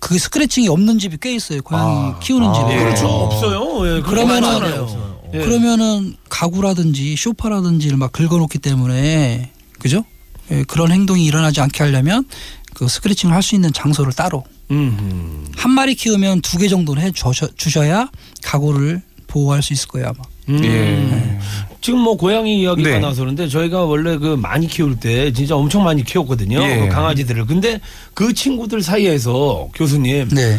S8: 그 스크래칭이 없는 집이 꽤 있어요. 고양이
S3: 아.
S8: 키우는 집에.
S1: 그렇죠. 없어요. 예,
S8: 그러면은-
S1: 그러면은 예.
S8: 그러면은 가구라든지 쇼파라든지를 막 긁어놓기 때문에 그죠? 예, 그런 행동이 일어나지 않게 하려면 그 스크래칭을 할 수 있는 장소를 따로
S1: 음.
S8: 한 마리 키우면 두 개 정도는 해 주셔, 주셔야 가구를 보호할 수 있을 거예요 아마.
S1: 음.
S3: 예.
S1: 지금 뭐 고양이 이야기가
S3: 네.
S1: 나서 그런데 저희가 원래 그 많이 키울 때 진짜 엄청 많이 키웠거든요.
S3: 예.
S1: 그 강아지들을. 근데 그 친구들 사이에서 교수님
S8: 네.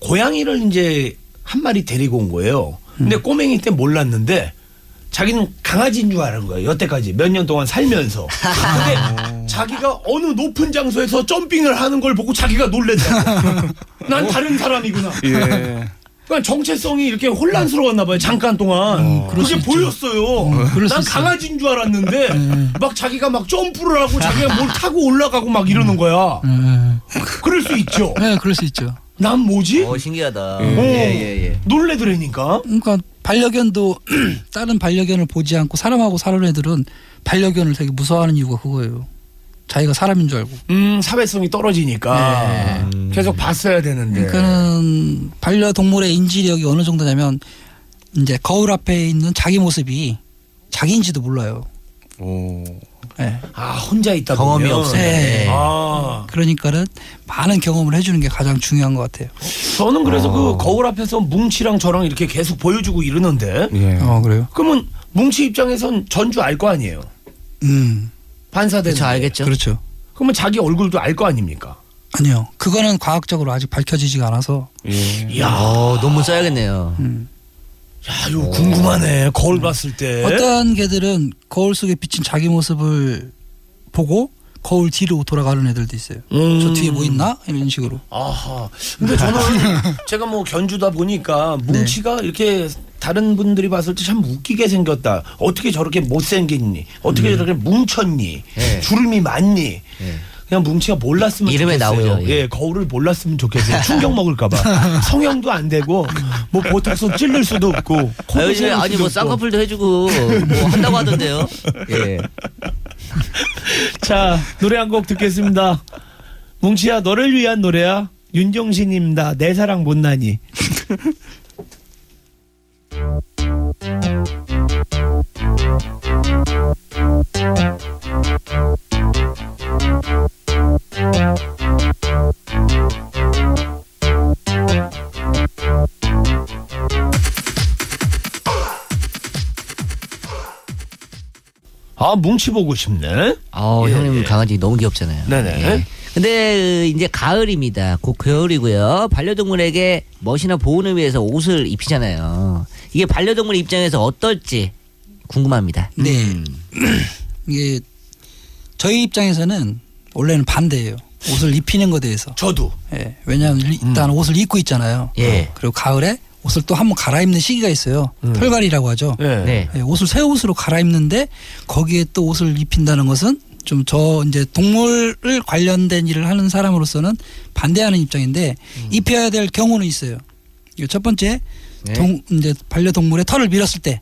S1: 고양이를 이제 한 마리 데리고 온 거예요. 근데
S3: 음.
S1: 꼬맹이 때 몰랐는데 자기는 강아지인 줄 아는 거예요. 여태까지 몇 년 동안 살면서. 근데 자기가 어느 높은 장소에서 점핑을 하는 걸 보고 자기가 놀랬다고. 난 다른 사람이구나.
S3: 예.
S1: 그러니까 정체성이 이렇게 혼란스러웠나 봐요 잠깐 동안
S8: 어, 그럴
S1: 그게
S8: 수 있죠. 음,
S1: 보였어요
S8: 그럴 수
S1: 난
S8: 있어요. 네.
S1: 강아지인 줄 알았는데 막 자기가 막 점프를 하고 자기가 뭘 타고 올라가고 막 이러는 거야
S8: 음.
S1: 그럴 수 있죠
S8: 네, 그럴 수 있죠.
S1: 난 뭐지
S7: 어 신기하다.
S1: 어,
S7: 예예 예.
S1: 놀래더라니까
S8: 그러니까 반려견도 다른 반려견을 보지 않고 사람하고 사는 애들은 반려견을 되게 무서워하는 이유가 그거예요. 자기가 사람인 줄 알고.
S1: 음 사회성이 떨어지니까
S8: 네.
S1: 음. 계속 봤어야 되는데
S8: 그러니까 그러니까는 반려동물의 인지력이 어느 정도냐면 이제 거울 앞에 있는 자기 모습이 자기인지도 몰라요.
S3: 오.
S8: 예.
S1: 아 혼자 있다
S7: 경험이
S1: 보면.
S7: 없어요.
S8: 네.
S1: 아
S8: 그러니까는 많은 경험을 해주는 게 가장 중요한 것 같아요.
S1: 저는 그래서
S7: 어.
S1: 그 거울 앞에서 뭉치랑 저랑 이렇게 계속 보여주고 이러는데
S3: 예.
S8: 어 그래요?
S1: 그러면 뭉치 입장에선 전주 알 거 아니에요
S8: 음
S1: 반사되는
S7: 그렇죠 알겠죠.
S8: 그렇죠.
S1: 그러면 자기 얼굴도 알 거 아닙니까?
S8: 아니요. 그거는 과학적으로 아직 밝혀지지가 않아서
S3: 예.
S1: 이야,
S7: 어 논문 써야겠네요.
S1: 야, 이거 궁금하네. 거울 봤을 때.
S8: 어떤 개들은 거울 속에 비친 자기 모습을 보고 거울 뒤로 돌아가는 애들도 있어요.
S1: 음.
S8: 저 뒤에 뭐 있나 이런 식으로.
S1: 아하. 근데 저는 제가 뭐 견주다 보니까 뭉치가 이렇게 다른 분들이 봤을 때 참 웃기게 생겼다. 어떻게 저렇게 못생겼니? 어떻게 저렇게 뭉쳤니?
S7: 예.
S1: 주름이 많니? 그냥 뭉치가 몰랐으면
S7: 이름에
S1: 좋겠어요.
S7: 나오죠,
S1: 네. 예.
S7: 예.
S1: 거울을 몰랐으면 좋겠어요. 충격 먹을까봐. 성형도 안 되고, 뭐 보톡스 찔릴 수도 없고.
S7: 아,
S1: 코도
S7: 요즘에
S1: 세울
S7: 아니
S1: 수도
S7: 뭐
S1: 없고.
S7: 쌍꺼풀도 해주고 뭐 한다고 하던데요. 예.
S1: 자 노래 한 곡 듣겠습니다. 뭉치야 너를 위한 노래야. 윤종신입니다. 내 사랑 못나니. 아 뭉치 보고 싶네.
S7: 아우
S1: 예,
S7: 형님
S1: 예.
S7: 강아지 너무 귀엽잖아요.
S1: 네네.
S7: 예. 근데 으, 이제 가을입니다. 곧 겨울이고요. 반려동물에게 멋이나 보호를 위해서 옷을 입히잖아요. 이게 반려동물 입장에서 어떨지 궁금합니다.
S8: 네. 이게 저희 입장에서는 원래는 반대예요. 옷을 입히는 것에 대해서.
S1: 저도.
S8: 예. 왜냐하면 일- 일단 옷을 입고 있잖아요.
S7: 예.
S8: 그리고 가을에 옷을 또 한번 갈아입는 시기가 있어요. 털갈이라고 하죠.
S1: 네.
S7: 네.
S8: 예, 옷을 새 옷으로 갈아입는데 거기에 또 옷을 입힌다는 것은 좀 저 이제 동물을 관련된 일을 하는 사람으로서는 반대하는 입장인데
S1: 음.
S8: 입혀야 될 경우는 있어요. 이게 첫 번째
S7: 네.
S8: 동 이제 반려동물의 털을 밀었을 때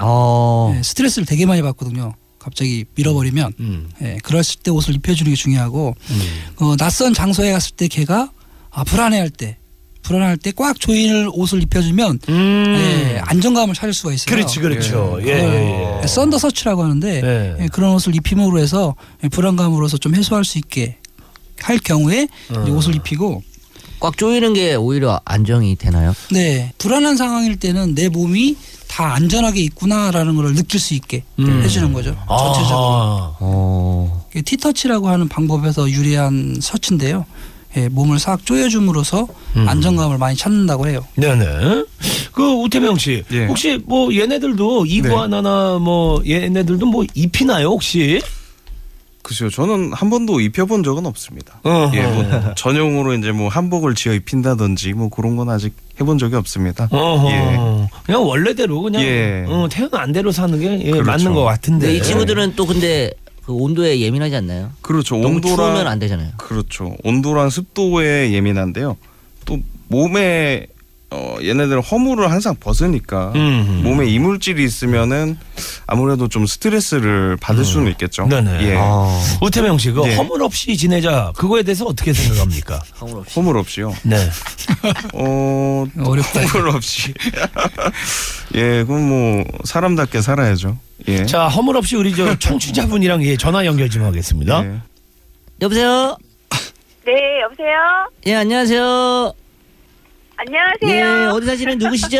S7: 어.
S8: 예, 스트레스를 되게 많이 받거든요. 갑자기 밀어버리면
S1: 음.
S8: 예, 그랬을 때 옷을 입혀주는 게 중요하고 어, 낯선 장소에 갔을 때 걔가 아, 불안해할 때 불안할 때 꽉 조인을 옷을 입혀주면 예, 안정감을 찾을 수가 있어요.
S1: 음. 그렇지 그렇죠. 예. 예. 예.
S8: 예, 썬더 서치라고 하는데
S1: 예.
S8: 예, 그런 옷을 입힘으로 해서 예, 불안감으로서 좀 해소할 수 있게 할 경우에
S1: 어.
S8: 이제 옷을 입히고
S7: 꽉 조이는 게 오히려 안정이 되나요?
S8: 네 불안한 상황일 때는 내 몸이 다 안전하게 있구나라는 걸 느낄 수 있게
S1: 음.
S8: 해주는 거죠 전체적으로
S1: 아.
S7: 어.
S8: 이게 티터치라고 하는 방법에서 유리한 서치인데요 예, 몸을 싹 조여줌으로써
S1: 음.
S8: 안정감을 많이 찾는다고 해요
S1: 네네. 그 우태명 씨,
S3: 예.
S1: 혹시 뭐 얘네들도
S3: 네.
S1: 이구아나나 뭐 얘네들도 뭐 입히나요 혹시?
S3: 글쎄요, 저는 한 번도 입혀본 적은 없습니다.
S1: 어허.
S3: 예, 뭐 전용으로 이제 뭐 한복을 지어 입힌다든지 뭐 그런 건 아직 해본 적이 없습니다.
S1: 어허.
S3: 예.
S1: 그냥 원래대로 그냥
S3: 예.
S1: 어, 태어난 대로 사는 게 예,
S3: 그렇죠.
S1: 맞는 것 같은데.
S7: 근데 네, 이 친구들은 또 근데 그 온도에 예민하지 않나요?
S3: 그렇죠.
S7: 너무 추우면
S3: 온도랑
S7: 안 되잖아요.
S3: 그렇죠. 온도랑 습도에 예민한데요. 또 몸에 어, 얘네들은 허물을 항상 벗으니까
S1: 음.
S3: 몸에 이물질이 있으면은 아무래도 좀 스트레스를 받을 수는 있겠죠.
S1: 음. 네네.
S3: 예.
S1: 우태명 씨, 그
S3: 예.
S1: 허물 없이 지내자 그거에 대해서 어떻게 생각합니까?
S3: 허물 없이요.
S1: 네.
S3: 어,
S8: 어렵다
S3: 허물 없이. 예, 그럼 뭐 사람답게 살아야죠. 예.
S1: 자 허물 없이 우리 저 청취자분이랑 예, 전화 연결 좀 하겠습니다.
S3: 예.
S7: 여보세요.
S14: 네, 여보세요?
S7: 예 안녕하세요. 예
S14: 안녕하세요.
S7: 어디 사시는 누구시죠?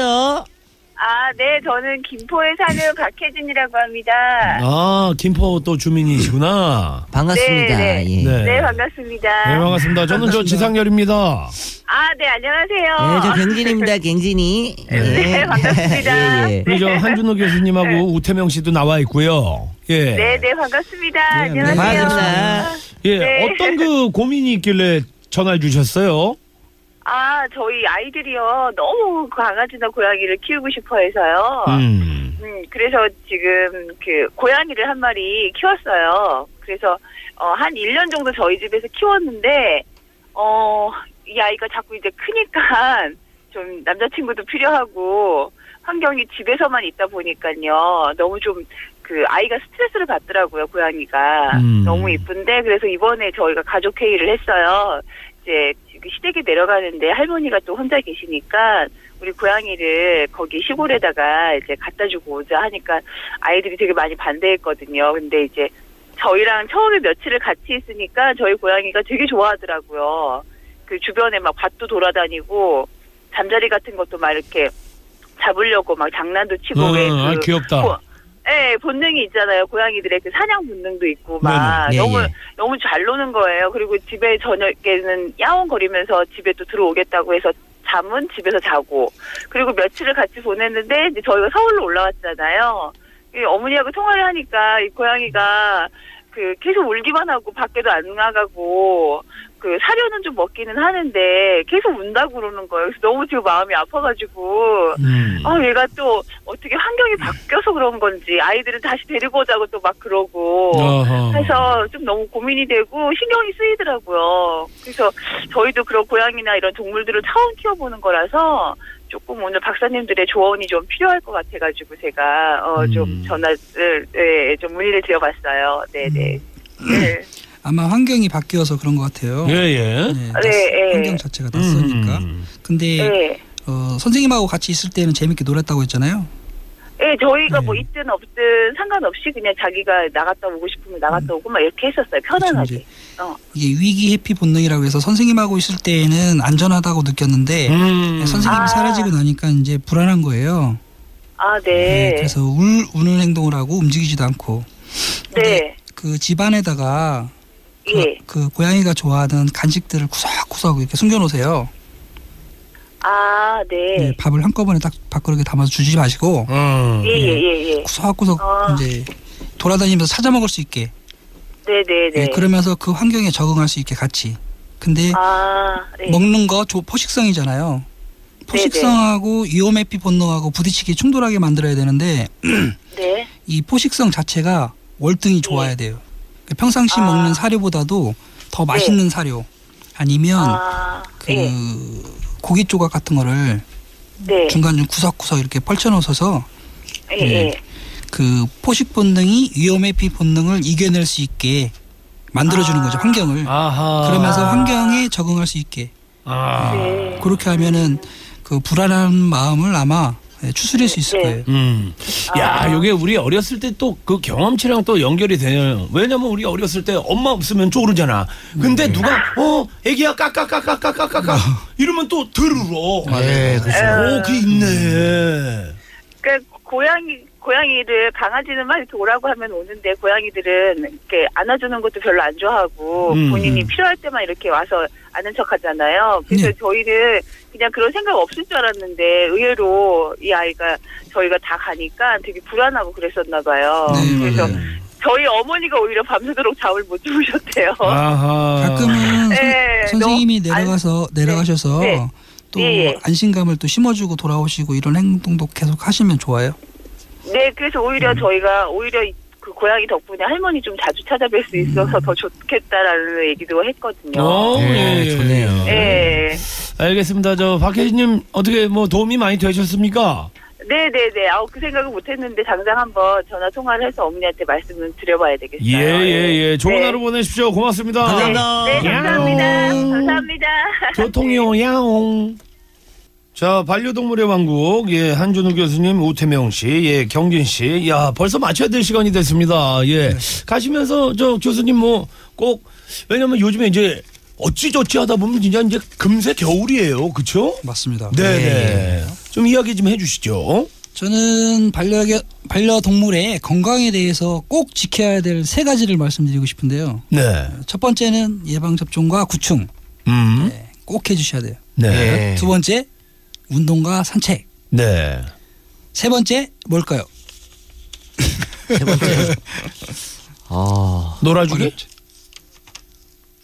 S14: 아, 네, 저는 김포에 사는 박혜진이라고 합니다.
S1: 아 김포 또 주민이시구나.
S7: 반갑습니다.
S14: 네, 네.
S7: 예.
S1: 네.
S14: 네, 반갑습니다.
S1: 네, 반갑습니다. 저는 저 지상렬입니다.
S14: 아, 네, 안녕하세요.
S7: 네, 저 갱진입니다, 갱진이. 예.
S14: 네, 반갑습니다.
S7: 예, 예.
S1: 우리 저 한준호 교수님하고 우태명 씨도 나와 있고요. 예.
S14: 네, 네, 반갑습니다.
S3: 네,
S14: 안녕하세요.
S7: 반갑습니다.
S1: 예,
S14: 네.
S1: 어떤 그 고민이 있길래 전화를 주셨어요?
S13: 아, 저희 아이들이요. 너무 그 강아지나 고양이를 키우고 싶어 해서요.
S1: 음.
S13: 음, 그래서 지금 그 고양이를 한 마리 키웠어요. 그래서 어, 한 1년 정도 저희 집에서 키웠는데 어, 이 아이가 자꾸 이제 크니까 좀 남자친구도 필요하고 환경이 집에서만 있다 보니까요. 너무 좀 그 아이가 스트레스를 받더라고요. 고양이가
S1: 음.
S13: 너무 이쁜데 그래서 이번에 저희가 가족 회의를 했어요. 이제 그 시댁에 내려가는데 할머니가 또 혼자 계시니까 우리 고양이를 거기 시골에다가 이제 갖다 주고 오자 하니까 아이들이 되게 많이 반대했거든요. 근데 이제 저희랑 처음에 며칠을 같이 있으니까 저희 고양이가 되게 좋아하더라고요. 그 주변에 막 밭도 돌아다니고 잠자리 같은 것도 막 이렇게 잡으려고 막 장난도 치고
S1: 어,
S13: 왜 그-
S1: 아, 귀엽다.
S13: 고- 예, 본능이 있잖아요. 고양이들의 그 사냥 본능도 있고 막
S1: 네네. 예,
S13: 너무
S1: 예.
S13: 너무 잘 노는 거예요. 그리고 집에 저녁에는 야옹거리면서 집에 또 들어오겠다고 해서 잠은 집에서 자고 그리고 며칠을 같이 보냈는데 이제 저희가 서울로 올라왔잖아요. 이 어머니하고 통화를 하니까 이 고양이가 그 계속 울기만 하고 밖에도 안 나가고 그 사료는 좀 먹기는 하는데 계속 운다고 그러는 거예요. 그래서 너무 지금 마음이 아파가지고
S1: 음.
S13: 아 얘가 또 어떻게 환경이 바뀌어서 그런 건지 아이들은 다시 데리고 오자고 또 막 그러고
S1: 어허.
S13: 해서 좀 너무 고민이 되고 신경이 쓰이더라고요. 그래서 저희도 그런 고양이나 이런 동물들을 처음 키워보는 거라서 조금 오늘 박사님들의 조언이 좀 필요할 것 같아가지고 제가 어 좀
S1: 음.
S13: 전화를
S14: 네,
S13: 예, 좀 문의를 드려봤어요.
S3: 음.
S13: 네네. 네.
S8: 아마 환경이 바뀌어서 그런 것 같아요.
S1: 예, 예.
S8: 네,
S13: 네, 예.
S8: 환경 자체가 낯서니까.
S1: 음.
S8: 근데
S13: 네.
S8: 어, 선생님하고 같이 있을 때는 재밌게 놀았다고 했잖아요.
S13: 예, 저희가 뭐
S8: 네.
S13: 있든 없든 상관없이 그냥 자기가 나갔다 오고 싶으면 나갔다 오고 막 이렇게 했었어요. 편안하게.
S8: 음. 이제
S13: 어.
S8: 이게 위기 회피 본능이라고 해서 선생님하고 있을 때에는 안전하다고 느꼈는데
S1: 음.
S8: 네, 선생님이
S13: 아.
S8: 사라지고 나니까 이제 불안한 거예요.
S13: 아,
S8: 네,
S13: 네.
S8: 그래서 울 우는 행동을 하고 움직이지도 않고
S13: 네.
S8: 그 집안에다가 그,
S13: 예.
S8: 그 고양이가 좋아하는 간식들을 구석구석 이렇게 숨겨놓으세요.
S13: 아,
S8: 네,
S13: 네.
S8: 밥을 한꺼번에 딱 밥그릇에 담아서 주지 마시고
S1: 어.
S13: 예, 예, 예, 예.
S8: 구석구석
S13: 아.
S8: 이제 돌아다니면서 찾아 먹을 수 있게
S13: 네, 네,
S8: 예,
S13: 네.
S8: 그러면서 그 환경에 적응할 수 있게 같이. 근데
S13: 아, 네.
S8: 먹는 거 조- 포식성이잖아요. 포식성하고 위험회피 본능하고 부딪히게 충돌하게 만들어야 되는데
S13: 네.
S8: 이 포식성 자체가 월등히 좋아야 돼요. 그러니까 평상시
S13: 아. 네.
S8: 먹는 사료보다도 더 맛있는 사료 아니면
S13: 아,
S8: 그
S13: 네.
S8: 고기 조각 같은 거를
S13: 네.
S8: 중간 중 구석구석 이렇게 펼쳐놓으셔서
S13: 예, 예.
S8: 그 포식 본능이 위험회피 본능을 이겨낼 수 있게
S13: 아.
S8: 만들어주는 거죠 환경을.
S1: 아하.
S8: 그러면서 환경에 적응할 수 있게
S1: 아.
S13: 네.
S8: 그렇게 하면은 그 불안한 마음을 아마 예, 추스릴 수 있을
S13: 네.
S8: 거예요.
S1: 음. 야, 요게 우리 어렸을 때 또 그 경험치랑 또 연결이 되네요. 왜냐면 우리 어렸을 때 엄마 없으면 쪼르잖아. 근데
S6: 네.
S1: 누가 어, 애기야 까까까까까까까까 이러면 또 들으러.
S6: 아. 네, 그렇죠.
S1: 오, 그 있네.
S13: 그러니까 고양이 고양이를 강아지는 막 이렇게 오라고 하면 오는데 고양이들은 이렇게 안아주는 것도 별로 안 좋아하고
S1: 음.
S13: 본인이 필요할 때만 이렇게 와서 아는 척하잖아요. 그래서
S8: 네.
S13: 저희는 그냥 그런 생각 없을 줄 알았는데 의외로 이 아이가 저희가 다 가니까 되게 불안하고 그랬었나 봐요.
S8: 네,
S13: 그래서
S8: 맞아요.
S13: 저희 어머니가 오히려 밤새도록 잠을 못 주무셨대요.
S1: 아하.
S8: 가끔은 선-
S13: 네,
S8: 선생님이
S13: 너무 안-
S8: 내려가서 내려가셔서
S13: 네.
S8: 또
S13: 예, 예.
S8: 안심감을 또 심어주고 돌아오시고 이런 행동도 계속 하시면 좋아요.
S13: 네, 그래서
S1: 음.
S13: 오히려 저희가 오히려 이- 그 고양이 덕분에 할머니 좀 자주 찾아뵐 수 있어서 더 좋겠다라는 얘기도 했거든요.
S1: 음. 어,
S6: 네,
S1: 예, 예.
S6: 좋네요.
S13: 예.
S1: 알겠습니다. 저 박혜진님 어떻게 뭐 도움이 많이 되셨습니까?
S13: 네네네. 아우, 그 생각을 못 했는데 당장 한번 전화 통화를 해서 어머니한테 말씀을 드려봐야 되겠어요.
S1: 예, 예, 예. 좋은
S13: 네.
S1: 하루 보내십시오. 고맙습니다.
S6: 감사합니다.
S13: 네, 감사합니다. 감사합니다.
S1: 교통이요, 야옹. 자, 반려동물의 왕국, 예, 한준우 교수님, 우태명 씨, 예, 경진 씨. 야, 벌써 맞춰야 될 시간이 됐습니다. 예.
S8: 네.
S1: 가시면서, 저, 교수님 뭐, 꼭, 왜냐면 요즘에 이제, 어찌저찌 하다 보면 진짜 이제 금세 겨울이에요. 그쵸?
S8: 맞습니다. 예.
S1: 네네. 좀 이야기 좀 해주시죠.
S8: 저는 반려 반려 동물의 건강에 대해서 꼭 지켜야 될 세 가지를 말씀드리고 싶은데요.
S1: 네.
S8: 첫 번째는 예방 접종과 구충
S1: 음.
S8: 꼭 해주셔야 돼요.
S1: 네.
S8: 두 번째 운동과 산책.
S1: 네.
S8: 세 번째 뭘까요?
S6: 세 번째. 어,
S7: 아,
S8: 아,
S1: 놀아주기?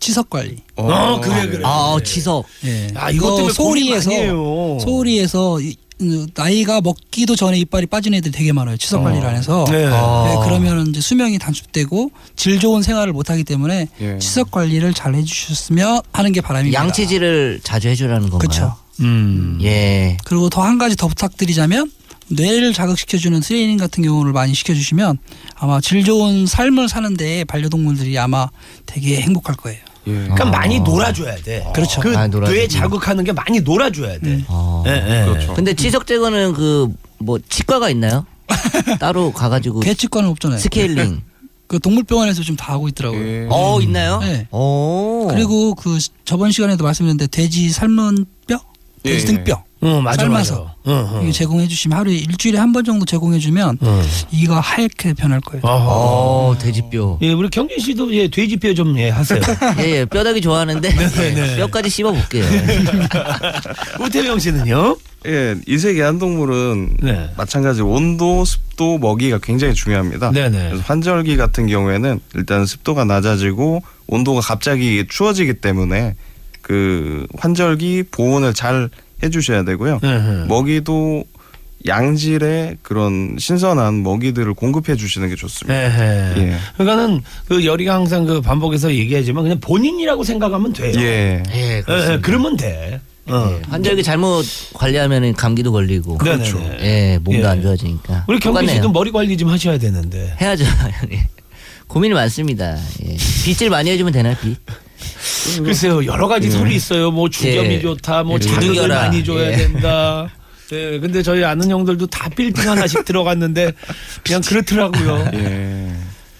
S8: 치석 관리.
S7: 어, 어, 그래, 그래. 아, 치석.
S8: 예.
S7: 아, 이것 때문에 고민
S8: 소리에서
S7: 많이 해요.
S8: 소리에서 이- 음, 나이가 먹기도 전에 이빨이 빠진 애들이 되게 많아요. 치석
S15: 어.
S8: 관리를 안 해서. 예,
S15: 네. 아.
S8: 그러면 이제 수명이 단축되고 질 좋은 생활을 못 하기 때문에
S7: 예.
S8: 치석 관리를 잘 해주셨으면 하는 게 바람입니다.
S7: 양치질을 자주 해주라는 건가요?
S8: 네. 그쵸.
S7: 음. 예.
S8: 그리고 더 한 가지 더 부탁드리자면 뇌를 자극시켜주는 트레이닝 같은 경우를 많이 시켜주시면 아마 질 좋은 삶을 사는데 반려동물들이 아마 되게 행복할 거예요.
S1: 그러니까 많이 놀아줘야 돼.
S8: 그렇죠.
S1: 그
S8: 많이 음. 놀아주고.
S1: 뇌 자극하는 게 많이 놀아줘야 돼.
S8: 네.
S7: 예, 예. 근데 치석 제거는 그 뭐 치과가 있나요? 따로 가가지고
S8: 개치과는 없잖아요.
S7: 그 스케일링.
S8: 그 동물병원에서 지금 다 하고 있더라고요.
S7: 어 있나요?
S8: 네.
S1: 어.
S7: 오.
S8: 그리고 그 시- 저번 시간에도 말씀드렸는데 돼지 삶은 뼈, 돼지
S1: 예.
S8: 등뼈
S1: 응, 맞아, 어,
S8: 삶아서
S1: 맞아. 응, 응.
S8: 이거 제공해 주시면 하루에 일주일에 한 번 정도 제공해 주면 이가 하얗게 변할 거예요.
S7: 어, 돼지뼈.
S1: 예, 우리 경진 씨도 예, 돼지뼈 좀 예, 하세요.
S7: 예, 예, 뼈다귀 좋아하는데 예, 뼈까지 씹어볼게요.
S1: 우태명 씨는요?
S3: 예, 이색 애완동물은
S1: 네.
S3: 마찬가지 온도, 습도, 먹이가 굉장히
S7: 아,
S3: 중요합니다.
S1: 네네.
S3: 그래서 환절기 같은 경우에는 일단 습도가 낮아지고 온도가 갑자기 추워지기 때문에 그 환절기 보온을 잘 해주셔야 되고요.
S1: 네.
S7: 뭐,
S3: 먹이도 양질의 그런 신선한 먹이들을 공급해 주시는 게 좋습니다.
S1: 예.
S3: 예.
S1: 그러니까는 그 열이가 항상 그 반복해서 얘기하지만 그냥 본인이라고 생각하면 돼요.
S3: 예.
S7: 예,
S1: 예,
S7: 그렇습니다. 예,
S1: 그러면 돼. 어.
S7: 환절기 잘못 관리하면 감기도 걸리고.
S1: 그렇죠.
S7: 예, 몸도
S1: 예.
S7: 안 좋아지니까.
S1: 우리 뭐- 경진
S7: 똑같네요.
S1: 씨도 머리 관리 좀 하셔야 되는데.
S7: 해야죠. 예. 고민이 많습니다. 예. 빗질 많이 해주면 되나요, 빗?
S1: 글쎄요, 여러 가지
S7: 예.
S1: 소리 있어요. 뭐 주염이
S7: 예.
S1: 좋다, 뭐
S7: 예,
S1: 자극을
S7: 주둥여라.
S1: 많이 줘야
S7: 예.
S1: 된다. 예, 근데 저희 아는 형들도 다 빌딩 하나씩 들어갔는데 그냥 그렇더라고요.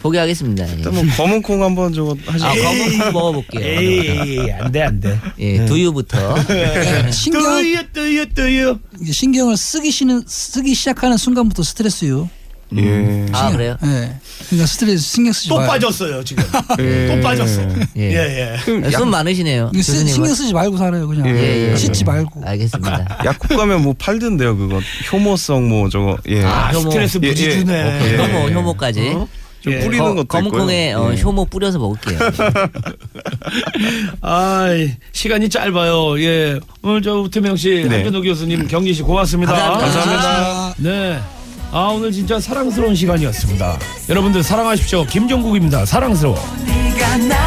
S7: 포기하겠습니다. 예.
S3: 예. 일단 뭐 검은 콩 한번 저거 하시죠.
S7: 아, 검은 콩
S3: 예,
S7: 먹어볼게요.
S1: 에이, 안 돼, 안 돼.
S7: 예, 두유부터.
S8: 예, 신경
S1: 뜨유 뜨유
S8: 이게 신경을 쓰기 시는 쓰기 시작하는 순간부터 스트레스요.
S1: 음.
S3: 예.
S7: 아, 그래요?
S8: 예. 그러니까 스트레스 신경 쓰지
S1: 또
S3: 네.
S8: 마요.
S1: 빠졌어요, 지금. 네. 또 빠졌어. 예, 예.
S7: 손 아, 많으시네요. 아,
S8: 이거 쓰-
S7: 교수님은.
S8: 신경 쓰지 말고 살아요 그냥.
S3: 예, 예,
S8: 씻지
S3: 예.
S8: 말고.
S7: 알겠습니다.
S3: 약국 가면 뭐 팔던데요, 그거. 효모성 뭐 저거. 예.
S7: 아, 효모. 스트레스
S3: 예, 예.
S7: 무지 주네.
S3: 어, 예.
S7: 효모, 효모까지.
S3: 좀
S7: 예.
S3: 뿌리는
S7: 거-
S3: 것도
S7: 검은
S3: 있고요.
S7: 콩에 어,
S3: 예.
S7: 효모 뿌려서 먹을게요.
S1: 아, 시간이 짧아요. 예. 오늘 저 우태명 씨,
S3: 네.
S1: 한준호 교수님, 경진 씨 고맙습니다.
S3: 감사합니다.
S1: 감사합니다. 네. 아, 오늘 진짜 사랑스러운 시간이었습니다. 여러분들 사랑하십시오. 김종국입니다. 사랑스러워.
S16: 네가 나